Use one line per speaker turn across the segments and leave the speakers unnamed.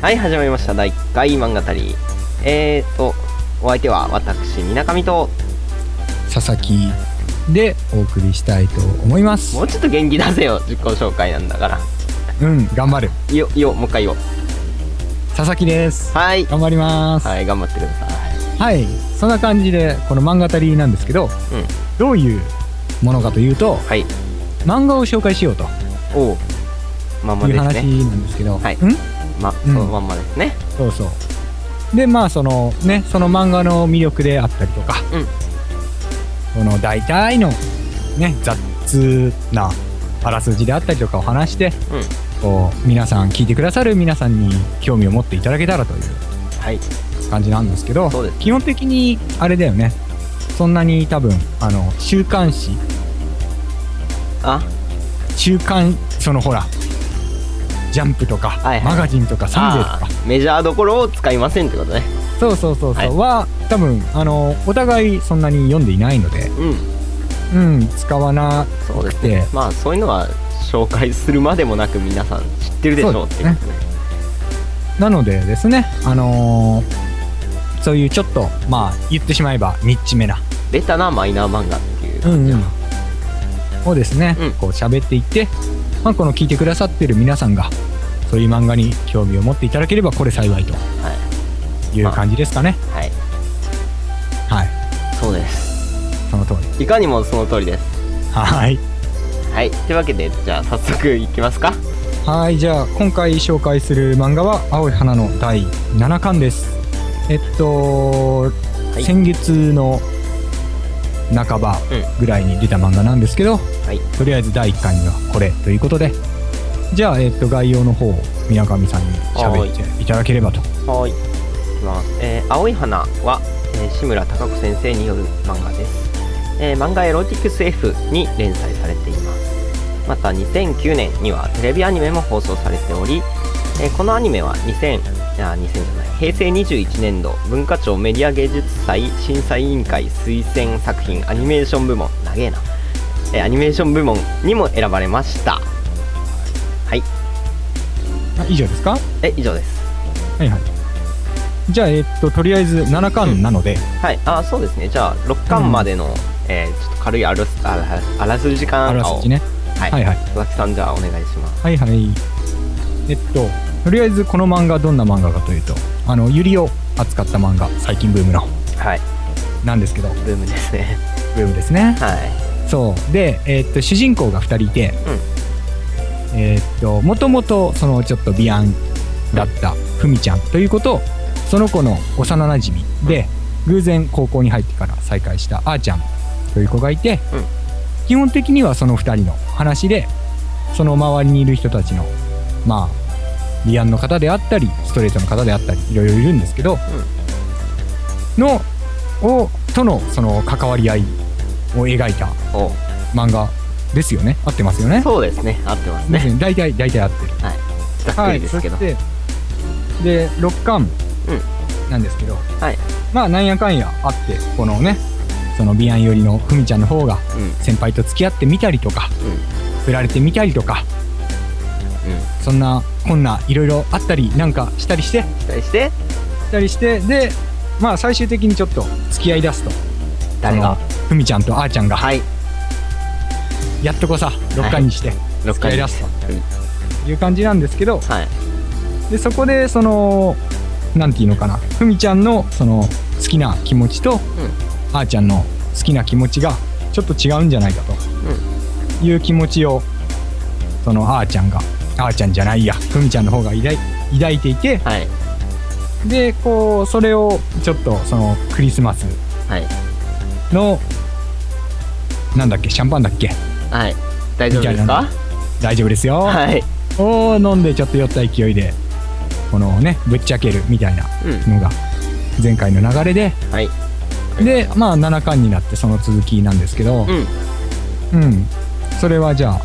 はい、始まりました。第1回漫画たり。えーと、お相手は私、みなかみと、
佐々木でお送りしたいと思います
もうちょっと元気出せよ、自己紹介なんだから。
うん頑張る
いいよ、いいよ、もう一回よ。
佐々木です
はい。
頑張りますは
はい、頑張ってください。
い、そんな感じでこの漫画たりなんですけど、どういうものかというと
はい。
漫画を紹介しようと
おう。まんま
いう
です
話
ね。
なんですけど、
はい
うん
ま、そのまんまですね。
そうそうでまあそのねその漫画の魅力であったりとか、
うん
この大体のね雑なあらすじであったりとかを話して、こう皆さん聞いてくださる皆さんに興味を持っていただけたらという
はい。
感じなんですけど
そうです
基本的にあれだよねそんなに多分あの週刊誌
あ、
週刊そのほらジャンプとか、
はいはい
マガジンとかサンデーと
あ
か
ーメジャーどころを使いませんってことね。
そうそうそうそうは、多分あのお互いそんなに読んでいないので、
うん。
うん、使わな
そうです
え
ね
え。
まあ、そういうのは紹介するまでもなく皆さん知ってるでしょうっていうことね。
なのでですねあのーそういうちょっとまあ言ってしまえばニッチめな、
ベタなマイナー漫画っていう感じなの
をですね、
うん
こう喋っていって、まあ、この聞いてくださってる皆さんがそういう漫画に興味を持っていただければこれ幸いと
はい。
いう感じですかね、
はい。
はい
そうです。
その通り
いかにもその通りです。
はい
はい。というわけで、じゃあ早速いきますか。
はいじゃあ今回紹介する漫画は「青い花」の第7巻ですえっと、
はい
先月の半ばぐらいに出た漫画なんですけど、
はい。
とりあえず第1巻にはこれということでじゃあ、えっと概要の方を宮上さんに喋っていただければと
はい。いきます。えー青い花は、えー志村貴子先生による漫画です。えー漫画エロティクス F に連載されています。また2009年にはテレビアニメも放送されており、えーこのアニメは2000、あ、2000じゃない、平成21年度文化庁メディア芸術祭審査委員会推薦作品アニメーション部門、長えな、えーアニメーション部門にも選ばれました。はい。
あ以上ですか
え、以上です。
はいはいじゃあえっととりあえず7巻なので、
はい、あそうですね、じゃあ、6巻までの、えーちょっと軽いあらすあらあらすじ
あ
感
ら
を、
すじね
はい、
はいはい
佐々木さん、じゃあ、お願いします。
はいはいえっととりあえずこの漫画どんな漫画かというとあのユリを扱った漫画最近ブームの
はい、
なんですけど
ブームですね。
ブームですね
はい、
そうで、えっと主人公が2人いて、えっともともとそのちょっとビアンだったふみちゃんということをその子の幼なじみで、偶然高校に入ってから再会したあーちゃんという子がいて、
うん
基本的にはその2人の話でその周りにいる人たちのまあビアンの方であったりストレートの方であったりいろいろいるんですけど、のをとのその関わり合いを描いた
お
漫画ですよね合ってますよね
そうですね、合ってます
です
ね。
ね大体大体合ってる
ざっくりですけど。
はい、そしてで6巻なんですけど、
はい
まあなんやかんやあってこのねそのビアン寄りのふみちゃんの方が
うん、うん、
先輩と付き合ってみたりとか振られてみたりとか
うん。
そんなこんないろいろあったりなんかしたりして
期待して、
したりしてでまあ最終的にちょっと付き合いだすと
誰が
そ、のふみちゃんとあーちゃんが、
はい、
やっとこさ6巻にして、
6
使
巻
い出すという感じなんですけど、
はい、
でそこでそのなんていうのかなふみちゃんのその好きな気持ちと、あーちゃんの好きな気持ちがちょっと違うんじゃないかと、いう気持ちをそのあーちゃんがあーちゃんじゃないやふみちゃんの方が抱い抱いていて
はい、
でこうそれをちょっとそのクリスマス
はい、
のなんだっけシャンパンだっけ
はい、大丈夫ですか
大丈夫ですよ、
はい、
を飲んでちょっと酔った勢いでこのねぶっちゃけるみたいな
うん、
のが前回の流れで
はい、
でまあ7巻になってその続きなんですけど
う、ん、
うんそれはじゃ
あ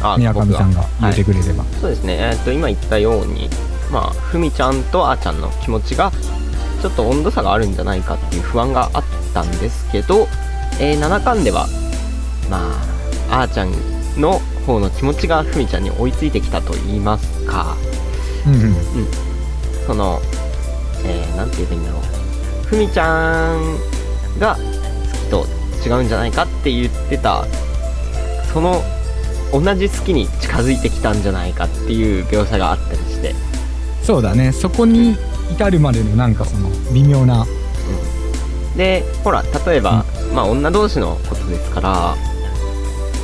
あ宮上さん
僕
が言ってくれれば、
そうですね、えー、と今言ったように、まあ、ふみちゃんとあーちゃんの気持ちがちょっと温度差があるんじゃないかっていう不安があっったんですけど、えー7巻ではまああーちゃんの方の気持ちがふみちゃんに追いついてきたと言いますか
うんうん
そのえー、なんて言えばいいんだろうふみちゃんが好きと違うんじゃないかって言ってたその同じ好きに近づいてきたんじゃないかっていう描写があったりして、
そうだねそこに至るまでのなんかその微妙な
うん、でほら例えば、まあ女同士のことですから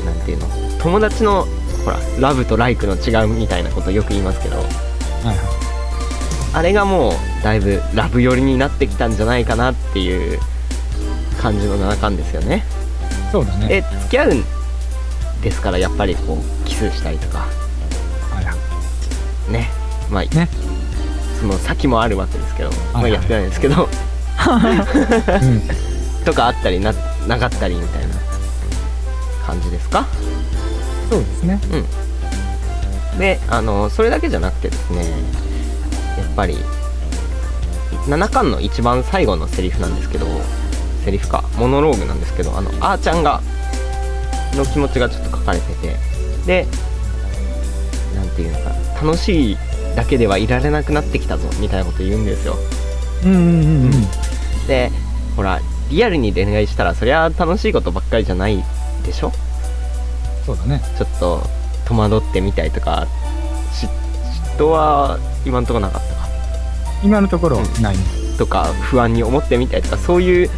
なんていうの友達のほらラブとライクの違うみたいなことよく言いますけど
はいは
あれがもうだいぶラブ寄りになってきたんじゃないかなっていう感じの7巻ですよね。
いそうだね
で付き合うんですからやっぱりこうキスしたりとか
はいはい
ねまあ
ね
その先もあるわけですけど、まあ、
はいはい
やってないですけど
うん
とかあったりななかったりみたいな感じですか
そうですね
であのそれだけじゃなくてですねやっぱり7巻の一番最後のセリフなんですけどセリフかモノローグなんですけどあのあーちゃんがの気持ちがちょっと書かれててでなんていうのかな楽しいだけではいられなくなってきたぞみたいなこと言うんですよ
うんうんうんうん
でほらリアルに恋愛したらそりゃ楽しいことばっかりじゃないでしょ
そうだね
ちょっと戸惑ってみたいとかし嫉妬は今んとこなかったか
今のところないね、
とか不安に思ってみたいとかそういう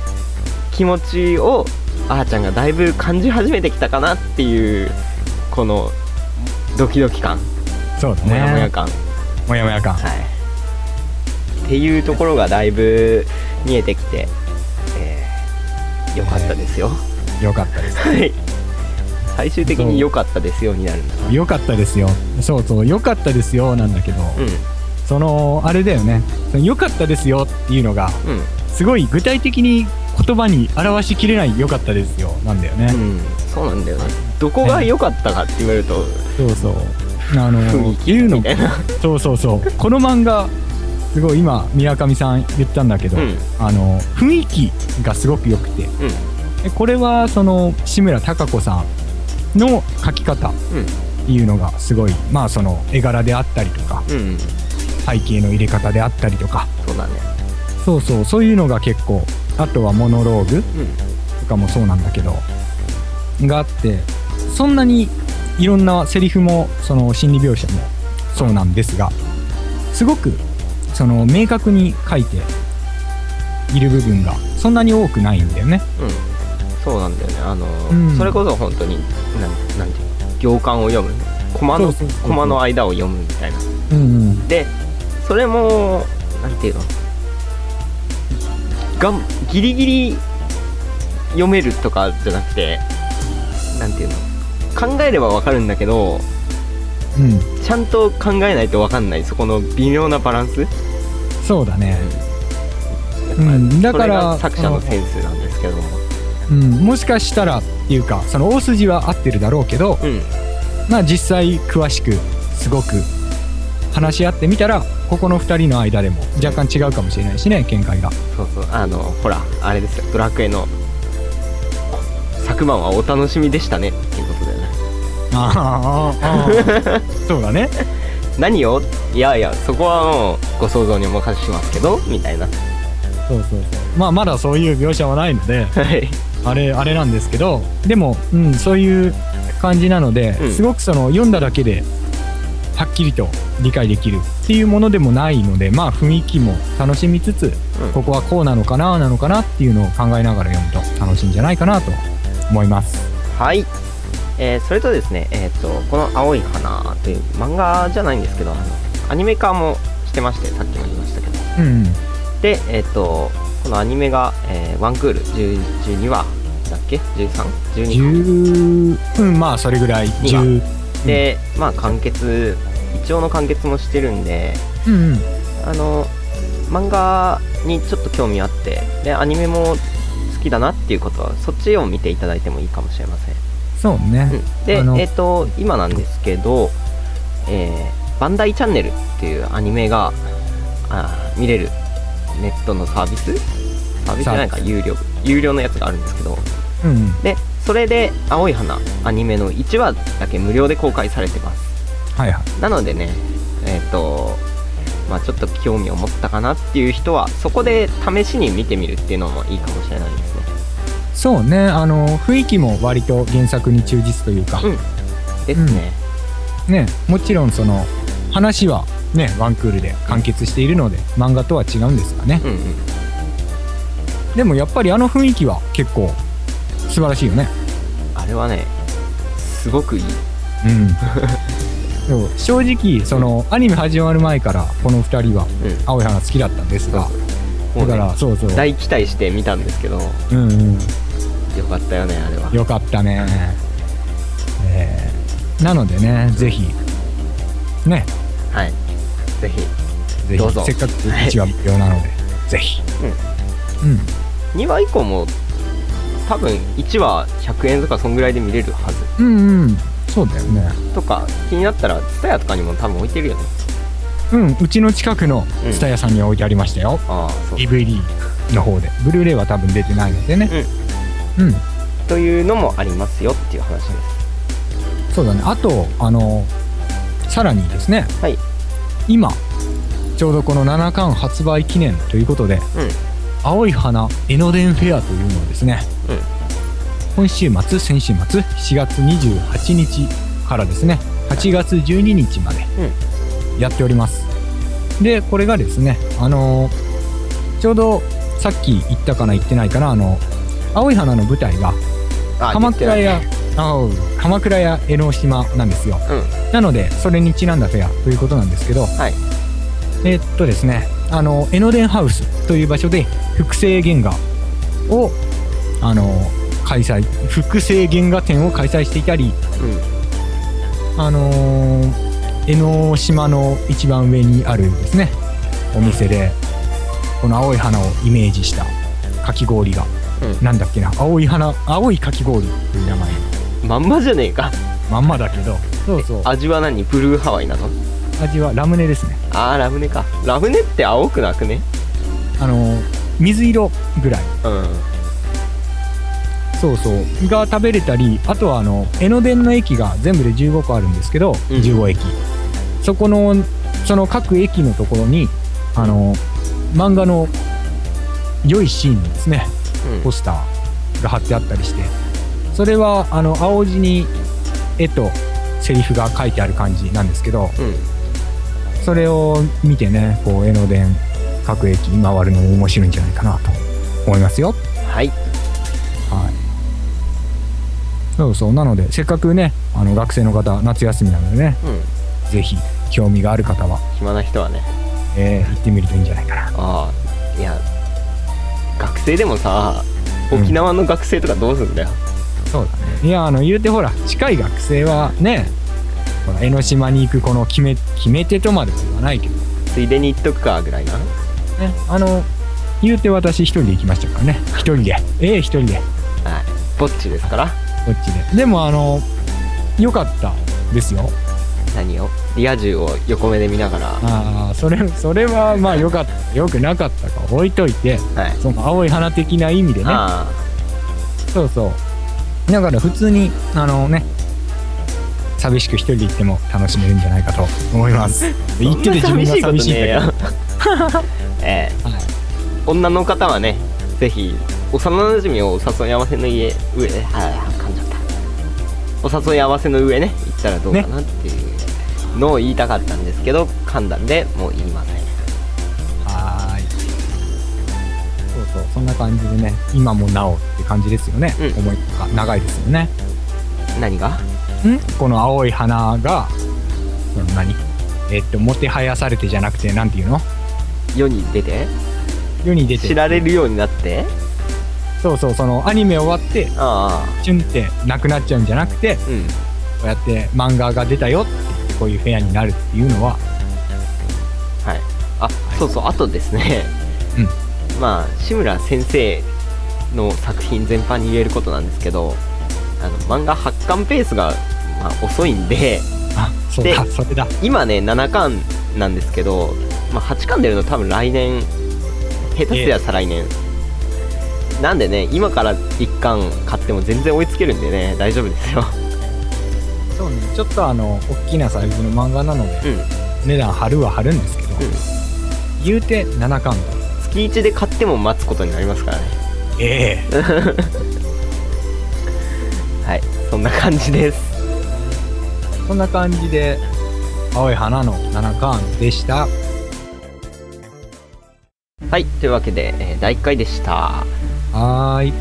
気持ちをあーちゃんがだいぶ感じ始めてきたかなっていうこのドキドキ感
そうだね
モヤモヤ感、
もやもや感
はい、っていうところがだいぶ見えてきて、えー、よかったですよ、
よかったです
はい最終的に良かったですよになるんだな
よかったですよそうそうよかったですよなんだけど、
う
そのあれだよねそのよかったですよっていうのが
んうん
すごい具体的に言葉に表しきれないよかったですよなんだよね、
うん、そうなんだよねどこが良かったかって言われると
そうそうあの
雰囲気
言うの
みたいな
そうそうそうこの漫画すごい今宮上さん言ったんだけど、
うん
あの雰囲気がすごく良くて
うん
でこれはその志村貴子さんの描き方っ
うん
ていうのがすごいまあその絵柄であったりとか
うんうん
背景の入れ方であったりとか
そうだね
そうそうそういうのが結構あとはモノローグとかもそうなんだけどがあってそんなにいろんなセリフもその心理描写もそうなんですがすごくその明確に書いている部分がそんなに多くないんだよね。
うんうんそうなんだよねあの、
うん
それこそ本当になんなんていうの行間を読むコマの
そうそうそうそう
コマの間を読むみたいな
うんうん、
でそれもなんていうのがんギリギリ読めるとかじゃなくてなんていうの考えればわかるんだけど
うん、
ちゃんと考えないとわかんないそこの微妙なバランスやっ
そうだね、
ぱり
うんだから
それが作者のセンスなんですけども
うん、もしかしたらっていうかその大筋は合ってるだろうけど、
うん
まあ、実際詳しくすごく話し合ってみたらここの2人の間でも若干違うかもしれないしね見解が
そうそうあのほらあれですよドラクエの昨晩はお楽しみでしたねっていうことだよね
ああそうだね
何をいやいやそこはもうご想像にお任せしますけどみたいな
そうそうそうまあまだそういう描写はないので
はい
あれあれなんですけどでも、うん、そういう感じなので、
うん
すごくその読んだだけではっきりと理解できるっていうものでもないのでまあ雰囲気も楽しみつつ、
うん
ここはこうなのかななのかなっていうのを考えながら読むと楽しいんじゃないかなと思います。
はい、えーそれとですね、えー、とこの「青い花」という漫画じゃないんですけどあのアニメ化もしてましてさっきも言いましたけど
うん
で、えー、とこのアニメが、えーワンクール10 12話だっけ ?13?12 か
うん、10うんまあそれぐらい
いいわ
10
でまあ完結一応の完結もしてるんで
うんうん
あの漫画にちょっと興味あってでアニメも好きだなっていうことはそっちを見ていただいてもいいかもしれません
そうね、
で、
あの
えっ、と、今なんですけど、えーバンダイチャンネルっていうアニメがあー見れるネットのサービスサービスじゃないか有料有料のやつがあるんですけど
うん
でそれで「青い花」アニメの1話だけ無料で公開されてます
はいはい
なのでねえっ、とまあちょっと興味を持ったかなっていう人はそこで試しに見てみるっていうのもいいかもしれないですね
そうねあの雰囲気も割と原作に忠実というか、
ですね、
ねもちろんその話はねワンクールで完結しているので漫画とは違うんですがね
うん、うん
でもやっぱりあの雰囲気は結構素晴らしいよね
あれはねすごくいい
うん でも正直そのアニメ始まる前からこの2人は
うん
青い花好きだったんです
も
がだ
うね
からそうそう
大期待して見たんですけどよ
うんうん
かったよねあれは
よかったね、えーなのでねぜひね
はいぜひ
ぜ
どう
ひ
ぞ
せっかく1話無料なので、ぜひうん
2話以降も多分1話100円とかそんぐらいで見れるはず
うんうんそうだよね
とか気になったら TSUTAYA とかにも多分置いてるよね
うんうちの近くの
うん
蔦屋さんに置いてありましたよ、
ああそう
DVD の方でブルーレイは多分出てないのでねうん、
というのもありますよっていう話です
そうだねあとあのさらにですね、
はい
今ちょうどこの七巻発売記念ということで
うん
青い花江ノ電フェアというのをですね、
うん
今週末先週末7月28日からですね8月12日までやっております、でこれがですねあのーちょうどさっき言ったかな言ってないかなあの青い花の舞台が
あ
鎌倉
言っ
やあう鎌倉や江ノ島なんですよ、
う
なのでそれにちなんだフェアということなんですけど、
い
えーっとですねあの江ノ電ハウスという場所で複製原画をあの開催複製原画展を開催していたり
てないね
あのー江ノ島の一番上にあるですねお店でこの青い花をイメージしたかき氷が、
うん
なんだっけな青い花青いかき氷という名前
うんまんまじゃねえか
まんまだけどそうそう
味は何ブルーハワイなの
味はラムネですね
あーラムネかラムネって青くなくね
あのー水色ぐらい
うん
そうそうが食べれたりあとはあの江ノ電の駅が全部で15個あるんですけど、
うん
15駅そこのその各駅のところにあの漫画の良いシーンのですね
う
ポスターが貼ってあったりしてそれはあの青字に絵とセリフが書いてある感じなんですけど
ん、うん
それを見てねこう江ノ電各駅回るのも面白いんじゃないかなと思いますよ
はい
はい、そうそうなのでせっかくねあの学生の方夏休みなのでね
うん
ぜひ興味がある方は、
暇な人はね
えー行ってみるといいんじゃないかな
ああいや学生でもさ
うん
沖縄の学生とかどうすんだよ、
そうだねいやあの言うてほら近い学生はねほら江ノ島に行くこの決め決め手とまでは言わないけどね
ついでに行っとくかぐらいな
あの言うて私一人で行きましたからね一人でええ一人で
ぼっちですから
こっちででもあの良かったですよ
何をリア充を横目で見ながらは
ああそれそれはまあ良かった良くなかったか置いといて
い、
その青い花的な意味でね
あ
そうそうだから普通にあのね寂しく一人で行っても楽しめるんじゃないかと思います
あ
行ってて自分が寂しいんだけ
そ
ど
んな寂しい ことねえよええ
はい
女の方はねぜひ幼なじみをお誘い合わせの家上はい噛んじゃったお誘い合わせの上ね行ったらどうかなっていうのを言いたかったんですけど噛んだんでもう言いません
はーいそうそうそんな感じでね今もなおって感じですよね、
うん
思いが長いですよね
何が
んこの青い花がその何えっともてはやされてじゃなくてなんていうの
世に出て
世に出て
知られるようになって
そうそうそのアニメ終わって
ああ
チュンってなくなっちゃうんじゃなくて
うん
こうやって漫画が出たよって言ってこういうフェアになるっていうのは
はいあそうそうあとですね
うん
まあ志村先生の作品全般に言えることなんですけどあの漫画発刊ペースが、まあ、遅いんで
あそうだそれだ
今ね7巻なんですけど、まあ、8巻出るの多分来年下手すりゃ再来年なんでね今から1巻買っても全然追いつけるんでね大丈夫ですよ
そうねちょっとあの大きなサイズの漫画なので、
うん
値段張るは張るんですけど、
ん
言うて7巻だ
月1で買っても待つことになりますからね
ええ
はいそんな感じです
そんな感じで青い花の7巻でした
はいというわけで、えー第1回でした
はーい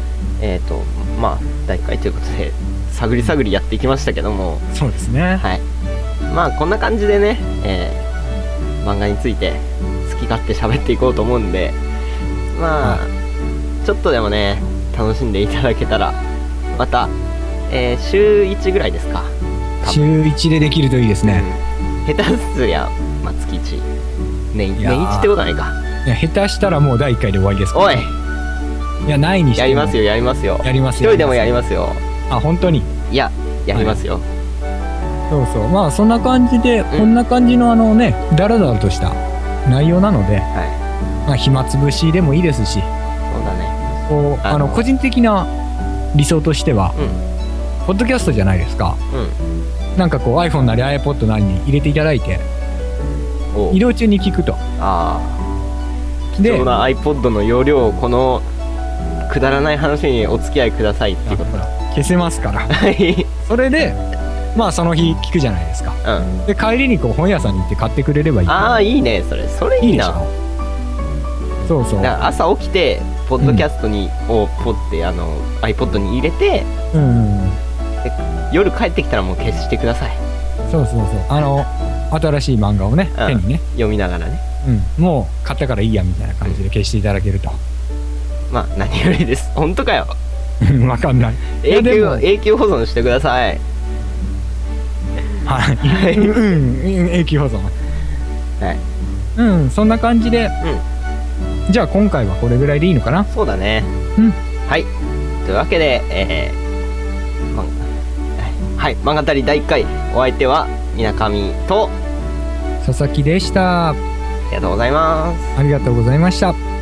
えっ、とまあ第1回ということで探り探りやっていきましたけども
そうですね
はいまあこんな感じでね、えー漫画について好き勝手喋っていこうと思うんでまあ、ちょっとでもね楽しんでいただけたらまた、えー週1ぐらいですか
週1でできるといいですね、
うん下手すりゃ、まあ、月1年
い
年
やー
1ってことはないか
いや下手したらもう第1回で終わりですから
おい
いやないにして
や
も
りますよやりますよ
やります
一人でもやり
す
ますよ
あ本当に
いややりますよ、
そうそうまあそんな感じで、こんな感じのあのねダラダラとした内容なので、まあ、暇つぶしでもいいですし
そうだね
こう
あ
あ
の
の個人的な理想としては、
う
ポッドキャストじゃないですか
んうん
なんかこう iPhone なり iPod なりに入れていただいて
お
移動中に聞くと
ああ貴
で
重な iPod の容量をこのくだらない話にお付き合いくださいっていうこと
あほら消せますか ら
はい
それでまあその日聞くじゃないですか
うん
で帰りにこう本屋さんに行って買ってくれればいい
ああいいねそれそれいい
でし
な
ょそうそう
だから朝起きてポッドキャストに、をポってあの iPod に入れて
うんうん
夜帰ってきたらもう消してください
そうそうそうあの新しい漫画をね
うん
手にね、
読みながらね
うん、もう買ったからいいやみたいな感じで消していただけると
まあ何よりです本当かよ
わかんないいや
永
で
久
も
永久保存してください
はい
はい
うんうん永久保存
はい
うんそんな感じで、じゃあ今回はこれぐらいでいいのかな
そうだね
うん
はいというわけでえー、まはい漫画たり第1回お相手はみなかみと
佐々木でした
ありがとうございます
ありがとうございました